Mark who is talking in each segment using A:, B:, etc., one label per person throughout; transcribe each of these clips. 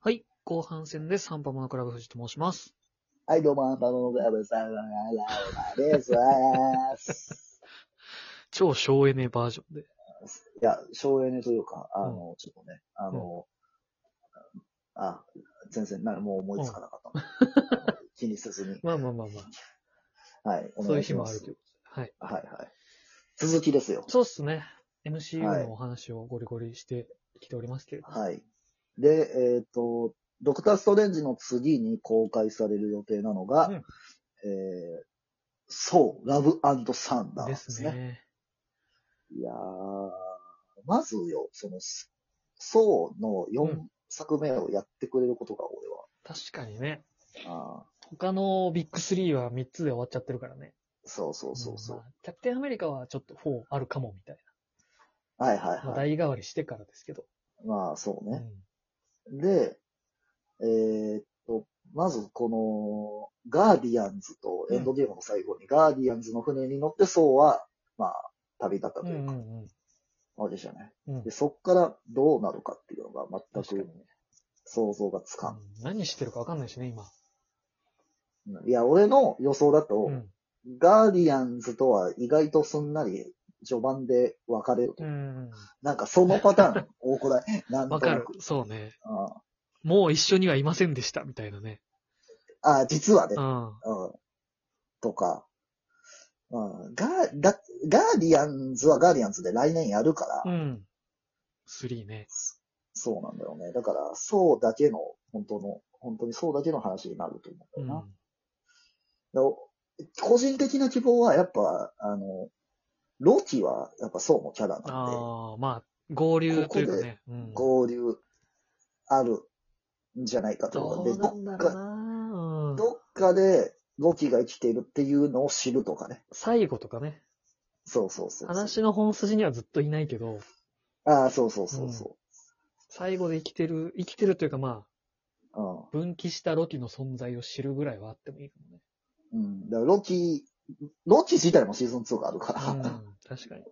A: はい。後半戦です。ハンパモノクラブ藤と申します。
B: はい、どうも、ハンパモノクラブさん、ラララです。
A: 超省エネバージョンで。
B: いや、省エネというか、あの、ちょっとね、あの、あ、全然、なもう思いつかなかった。 気にせずに。
A: まあまあまあま
B: はい、
A: あ。
B: お
A: そういう
B: 願いし
A: 日も
B: ま
A: ある
B: す。
A: ということで。はい。
B: はい、はい。続きですよ。
A: そうっすね。MCU
B: はい
A: のお話をゴリゴリしてきておりますけれども。
B: はい。で、えっ、と、ドクター・ストレンジの次に公開される予定なのが、
A: うん
B: えー、そう、ラブサンダー
A: ですね。
B: いやー、まずよ、その、すそうの
A: う
B: 4
A: ん
B: 作目をやってくれることが俺
A: 確かにね。
B: は。あー
A: 他のビッグ3は3つで終わっちゃってるからね。
B: そうそうそうそう。
A: んまあキャプテンアメリカはちょっと4あるかもみたい
B: はいはい
A: な。まあ、
B: はい。
A: 代替わりしてからですけど。
B: まあそう
A: う
B: ね。
A: ん
B: で、えーっと、まずこの、ガーディアンズとエンドゲームの最後に、ガーディアンズの船に乗って、そうは、まあ、旅立ったと
A: う
B: いうんか、
A: うん
B: わけじゃない。
A: うん。うん
B: で、。そっからどうなるかっていうのが全
A: 確かに
B: く
A: ね。
B: 想像がつかん。
A: うん何してるかわかんないしね、今。
B: いや、俺の予想だと、
A: うん。
B: ガーディアンズとは意外とすんなり序盤で分かれる。
A: うん。
B: なんかそのパターン多く ないなんと
A: わか
B: な
A: る
B: く。。
A: そうね。
B: うん
A: もう一緒にはいませんでした、みたいなね。
B: あ、実はね
A: う。ん。
B: うん。とか。うん。ガー、だ、ガーディアンズはガーディアンズで来年やるから、
A: うん。3ね。
B: そうなんだよね。だから、そうだけの、本当の、本当にそうだけの話になると思
A: う
B: うん
A: ん。
B: だよ
A: は
B: な。でお個人的な希望はやっぱ、あの、ロキはやっぱそうもキャラなんで、
A: ああ、まあ、合流というかね。うん。
B: 合流あるんじゃないか
A: ど
B: といううか
A: なん
B: でど
A: だろ
B: っ
A: う
B: か、
A: なうん。
B: どっかでロキが生きているっていうのを知るとかね。
A: 最後とかね。
B: そうそうそうそう。
A: 話の本筋にはずっといないけど、
B: ああ、そうそうそうそ
A: 最後で生きてる、生きてるというかまあ、
B: う。
A: 分岐したロキの存在を知るぐらいはあってもいいかもね。
B: うん。うん。だからロキ、ロキ自体もシーズン2があるから。
A: うん。確かに。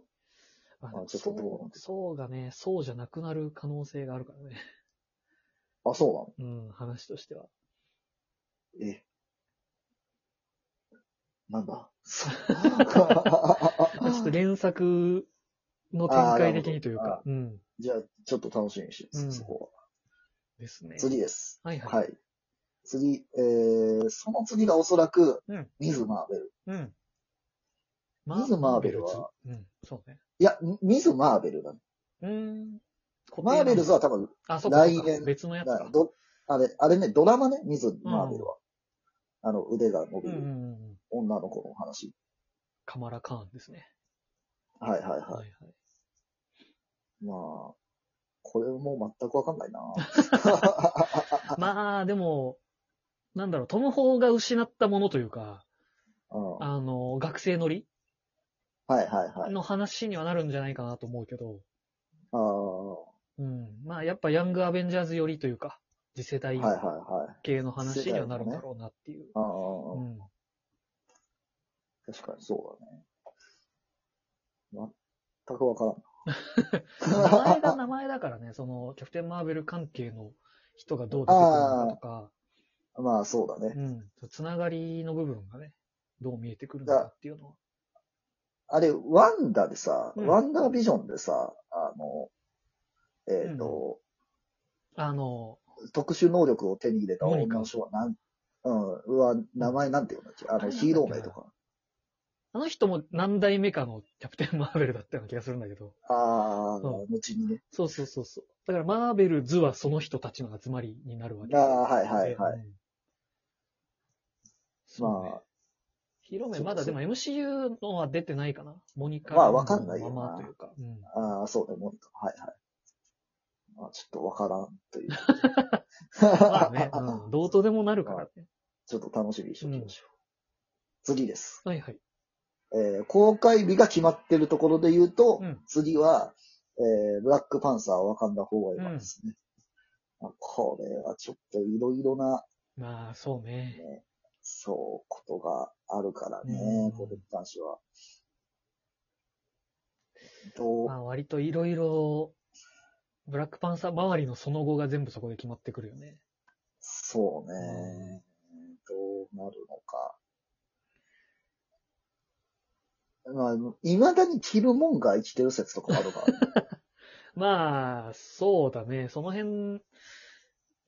A: あ
B: あちょっとどうな
A: そう、
B: んだ
A: そうがね、そうじゃなくなる可能性があるからね。
B: あ、そ
A: うん、話としては。
B: うなのえ。な んだ。 そう
A: ちょっと連作の展開的にというか、うん。
B: じゃあ、ちょっと楽しみにしてます、
A: うん
B: そこ
A: ですね
B: は。。次です。
A: はいはい。
B: はい。次、えー、その次がおそらく、
A: うん
B: ミズ・マーベル。
A: うん。
B: ミズマーベルは
A: マーベルズうん、そうね。
B: いや、ミズ・マーベルだね。
A: うーん。
B: マーベルズは多分、
A: あ、そうかそうか
B: 来年
A: 別のやつ
B: だか。
A: から
B: どあれ、あれね、ドラマね、ミズ・マーベルは。あの、腕が伸
A: う
B: び
A: んうん
B: る
A: うん。
B: 女の子の話。
A: カマラカーンですね。
B: はいはい
A: はい
B: は
A: はい。
B: い。まあ、これも全くわかんないな
A: まあ、でも、なんだろう、トム・ホーが失ったものというか、
B: うんは
A: あの、学生乗り
B: いはいはい。
A: の話にはなるんじゃないかなと思うけど、
B: ああ、は
A: うん。まあ、やっぱヤング・アベンジャーズ寄りというか、次世代
B: いはいはい。
A: 系の話にはなるんだろうなっていう。
B: ああ、
A: うん。
B: 確かにそうだね。全くわからん。
A: 名前が名前だからね、その、キャプテン・マーベル関係の人がどう出てくるのかとか、
B: まあそうだね。
A: うん、つながりの部分がね、どう見えてくるのかっていうのは。
B: あれ、ワンダでさ、
A: うん
B: ワンダービジョンでさ、あの、えっ、と、
A: あの、
B: 特殊能力を手に入れた
A: モ
B: 女
A: ニカ
B: の人はなん、うん、は、名前なんていうんだっけあ
A: あれなんだっ
B: の、
A: けな
B: ヒーロー名とか。
A: あの人も何代目かのキャプテン・マーベルだったような気がするんだけど、
B: ああ、
A: う
B: 後にね。
A: そうそうそうそう。だから、マーベルズはその人たちの集まりになるわけ
B: ああ、はいはい
A: で
B: はい。
A: うんそうね
B: ま。
A: 広め、まだでも MCU のは出てないかな。モニカ
B: まあわかんないよ
A: の
B: な
A: ままというか。うん
B: あ、ああ、そうね、モニカ。はいはい。まあ、ちょっとわからんという。
A: まあね、うん、どうとでもなるからね。
B: ちょっと楽しみにしておきましょう。次です。
A: はいはい。
B: えー公開日が決まってるところで言うと、
A: うん
B: 次は、えーブラックパンサーはかんだ方がいいですね。まあこれはちょっといろいろな、
A: まあ、そうね。
B: そう、ことがあるからね、
A: うん
B: これに関しては。どう、
A: まあ、割といろいろ、ブラックパンサー周りのその後が全部そこで決まってくるよね。
B: そうね。どうなるのか。まあ、未だに着るもんが生きてる説とかもあ るから、ね、
A: まあ、そうだね。その辺、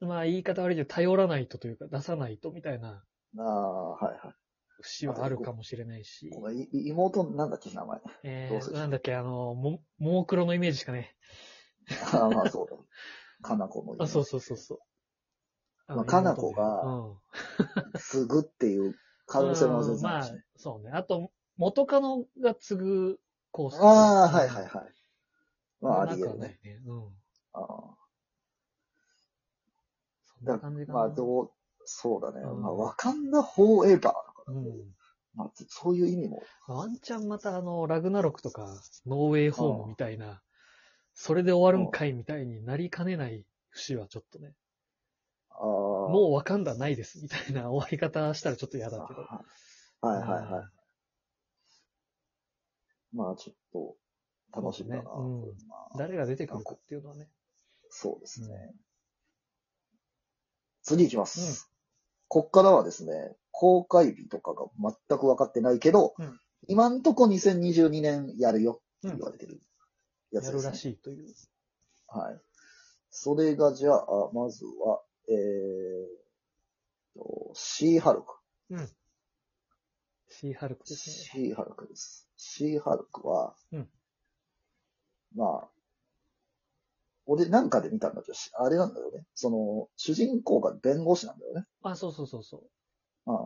A: まあ言い方悪いけど、頼らないとというか、出さないとみたいな
B: ああ、はいはい。
A: 節はあるかもしれないし。
B: ごめんい妹、なんだっけ、名 前。
A: え
B: どうす
A: ー、
B: る
A: なんだっけ、あの、も、ももクロのイメージしかね。
B: ああ、まあそうだ。かなこの
A: あ、そうそうそうそう。
B: まあかなこが
A: うん
B: 継ぐっていう可能性も全然あ
A: ま
B: る
A: あ
B: しね。、
A: そうね。あと、元カノが継ぐコース。
B: ああ、はいはいはい。まあ、あり
A: なく
B: 得
A: は
B: る
A: な
B: ね。
A: いね。うん。
B: ああ
A: そんな感じかな。
B: まあ、どう、そうだね。
A: うん
B: まあ、わかんだフォーエバーだから
A: う
B: ね。
A: ん。
B: まあ、そういう意味も。
A: ワンチャンまたあの、ラグナロクとか、ノーウェイホームみたいな、それで終わるんかいみたいになりかねない節はちょっとね、
B: ああ。も
A: もうわかんだないですみたいな終わり方したらちょっと嫌だけど。
B: はいはいはい。まあ、ちょっと、楽しみだな。
A: そうですね
B: まあ
A: 誰が出てくるかっていうのはね。
B: そうですね
A: う。
B: 次行きます。こっからはですね、公開日とかが全く分かってないけど、
A: うん
B: 今んとこ2022年やるよって言われてるや
A: や
B: つで
A: る
B: す、ね
A: らしいという。
B: はい。それがじゃあ、まずは、えーと、シーハルク。
A: シーハルクですね。
B: シーハルクです。シーハルクは、
A: うん
B: まあ、俺なんかで見たんだけど、しあれなんだよね。その、主人公が弁護士なんだよね。
A: あ、そうそうそうそう。
B: うん。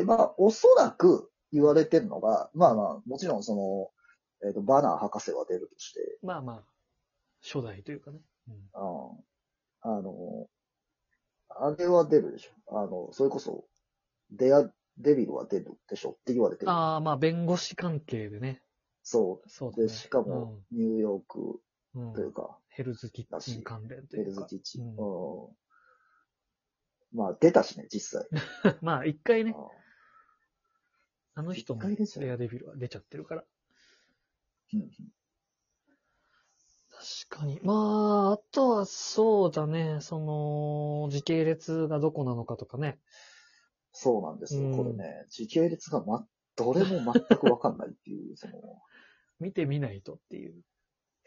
B: で、まあ、おそらく言われてるのが、まあまあ、もちろんその、えっ、と、バナー博士は出るとして、
A: まあまあ、初代というかね。うん
B: うん。あの、あれは出るでしょ。あの、それこそ、デア、デビルは出るでしょって言われてる。
A: ああ、まあ弁護士関係でね。
B: そ
A: そう
B: う。
A: だね。
B: で、しかも、ニューヨーク
A: うん、
B: と
A: う
B: い
A: ん
B: うか、
A: ヘルズキッチン関連と
B: ベ
A: い
B: ル
A: う
B: ズ
A: か。
B: 基地。
A: う
B: うんん。まあ、出たしね、実際。
A: まあ一回
B: う
A: ね
B: ん、
A: あの人も
B: 一回出ちゃう
A: レアデビルは出ちゃってるから。
B: うん
A: 確かに。まあ、あとはそうだね。その、時系列がどこなのかとかね。
B: そうなんですよ。
A: うん
B: これね、時系列がま、どれも全くわかんないっていう、その、
A: 見てみないとっていう。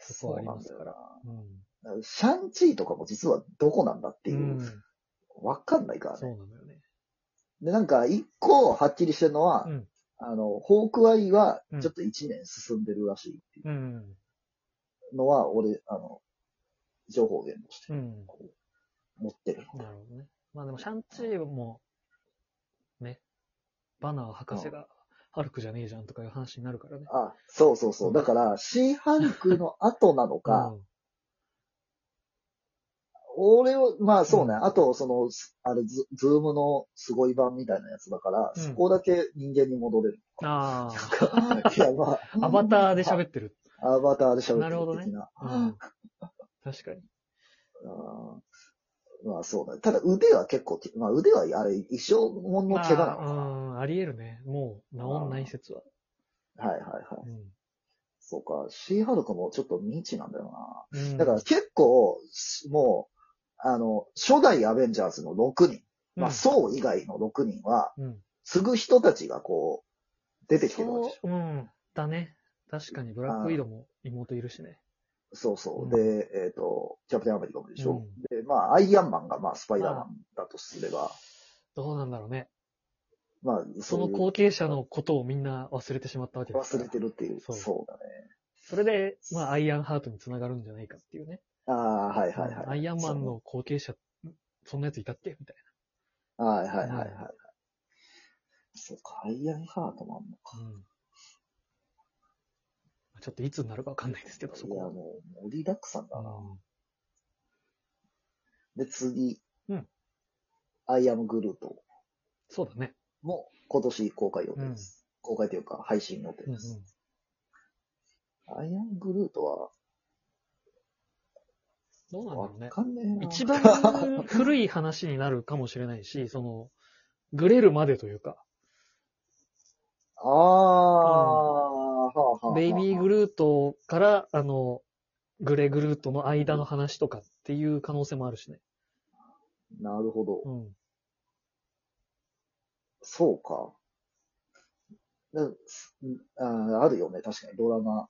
A: そこ
B: そ
A: はあ
B: う
A: り
B: な
A: ま
B: ん
A: す
B: だ
A: か
B: よ
A: ら
B: な。
A: うん。
B: シャンチーとかも実はどこなんだっていうう、
A: ん。
B: わ、かんないからね
A: そう。なのよね。
B: で、なんか、一個はっきりしてるのは、
A: うん
B: あの、ホークアイは
A: うん、
B: ちょっと一年進んでるらしいってい
A: うん。
B: うのは、俺、あの、情報源として
A: うん。
B: 持ってる。
A: なるほどね。まあでも、シャンチーも、ね、バナー博士が、ハルクじゃねえじゃんとかいう話になるからね。
B: あ、そうそうそう。だから、シーハルクの後なのか、
A: うん
B: 俺は、まあそうね、
A: うん
B: あと、その、すあれズ、ズームのすごい版みたいなやつだから、
A: うん
B: そこだけ人間に戻れる。
A: あ
B: いや、ま
A: あ、
B: あ、
A: アバターで喋 ってる。
B: アバターで喋
A: なるほど
B: って
A: ね
B: る的な。
A: うん、確かに。
B: うんまあそうだ。ただ腕は結構き、まあ腕はあれ、衣装ものの
A: ま
B: 怪我なのか
A: あ、うん、あり得るね。もう、治んない説は。
B: な。はいはいはい。
A: うん
B: そうか、シーハルクもちょっと未知なんだよ
A: うん。
B: な。だから結構、しもう、あの、初代アベンジャーズの6人、まあ、
A: そ
B: ソウ以外の6人は、
A: うん。うん。
B: 継ぐ人たちがこう、出てきてるわけでしょ。
A: そう、うん。だね。確かに、ブラックウィドウも妹いるしね。
B: そうそう。
A: うん
B: で、えっ、と、キャプテンアメリカもでしょ。
A: うん
B: で、まあ、アイアンマンが、まあ、スパイダーマンだとすれば、
A: どうなんだろうね。
B: まあ、
A: そう
B: い
A: の
B: う
A: 後継者のことをみんな忘れてしまったわけですか
B: 忘
A: ら
B: れてるっていう。
A: そ
B: そううだね。
A: それで、まあ、アイアンハートにつながるんじゃないかっていうね。
B: ああー、はいはいはい。
A: アイアンマンの後継者、そんなやついたっけみたい
B: そう。はいはいはいは
A: う
B: い。そうか、アイアンハートマンもか。
A: な。うん。まあちょっといつになるかわかんないですけど、そ
B: い
A: こ
B: や、
A: は。
B: もう、盛りだくさんだな。
A: うん
B: で、次。
A: うん
B: アイアムグルート
A: そうだね。
B: も今年公開予定です。公開というか、配信予定
A: うんう
B: で
A: ん
B: す。アイアングルートは、
A: どうなんだ
B: わ
A: ろうね。
B: かんねえな。
A: 一番古い話になるかもしれないし、その、グレるまでというか、
B: ああ、はあはあはあ。
A: ベイビー・グルートから、あの、グレグルートの間の話とかっていう可能性もあるしね。
B: なるほど。
A: うん。
B: そうか。ですあーあるよね、確かにドラマ。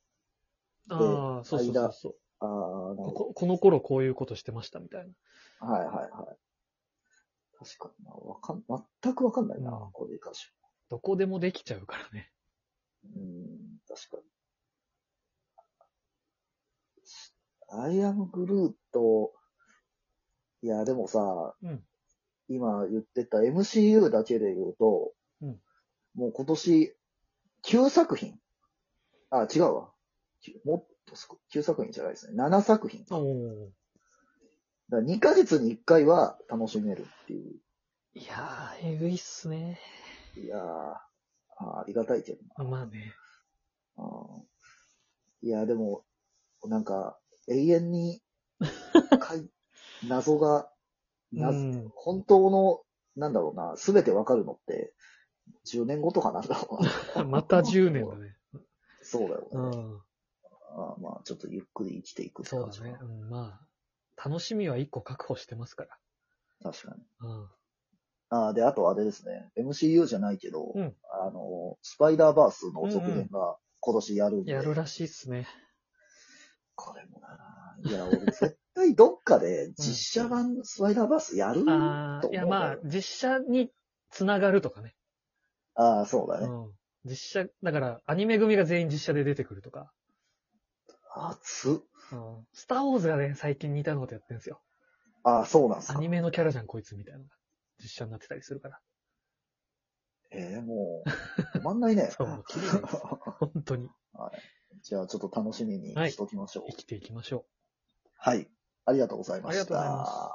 A: ああ、そうそうそうそう
B: ああ、なる
A: こ
B: ほ
A: こ。この頃こういうことしてましたみたいな。
B: ど。はいはいはい。確かにな、わかん、全くわかんないな、
A: うん
B: これに関しては
A: どこでもできちゃうからね。
B: うん、確かに。アイアムグルート、いや、でもさ、
A: うん
B: 今言ってた MCU だけで言うと、
A: うん
B: もう今年、9作品あ、違うわ。きゅもっとすこ9作品じゃないですね。7作品。
A: おお。
B: だ2ヶ月に1回は楽しめるっていう。
A: いやー、えぐいっすね。
B: いやー、あーありがたいけど
A: まあね。
B: な。あーいや、でも、なんか、永遠に、かい 謎が、な
A: うん。
B: 本当の、なんだろうな、すべてわかるのって、10年後とかなんだろう な。
A: また10年だね。
B: そうだよ、ね
A: うん。
B: あーまあ、ちょっとゆっくり生きていくって
A: そう
B: 感
A: だ
B: じかな
A: ね。うん、まあ、楽しみは1個確保してますか
B: 確かに。
A: ら。うん。
B: ああ、で、あとあれですね。MCU じゃないけど、
A: うん
B: あの、スパイダーバースの続編が今年やるんで。
A: やるらしいっすね。
B: これもな。いや、俺絶対どっかで実写版スパイダーバースやると
A: ああ、
B: 思う。
A: いやまあ、実写につながるとかね。
B: ああ、そうだ
A: う
B: ね。
A: ん。実写、だから、アニメ組が全員実写で出てくるとか。
B: 熱っ
A: うん。スターウォーズがね、最近似たようなことやってるんですよ。
B: ああ、そうなんす
A: ア
B: か
A: ニ。メのキャラじゃん、こいつみたいなのが。実写になってたりするから。。
B: ええもう、止まんないね
A: そう、もう切れないです。本当に。
B: じゃあ、ちょっと楽しみにしときましょう
A: 生。きていきましょう。
B: はい。ありがとうござい
A: あ
B: ました。
A: りがとうございます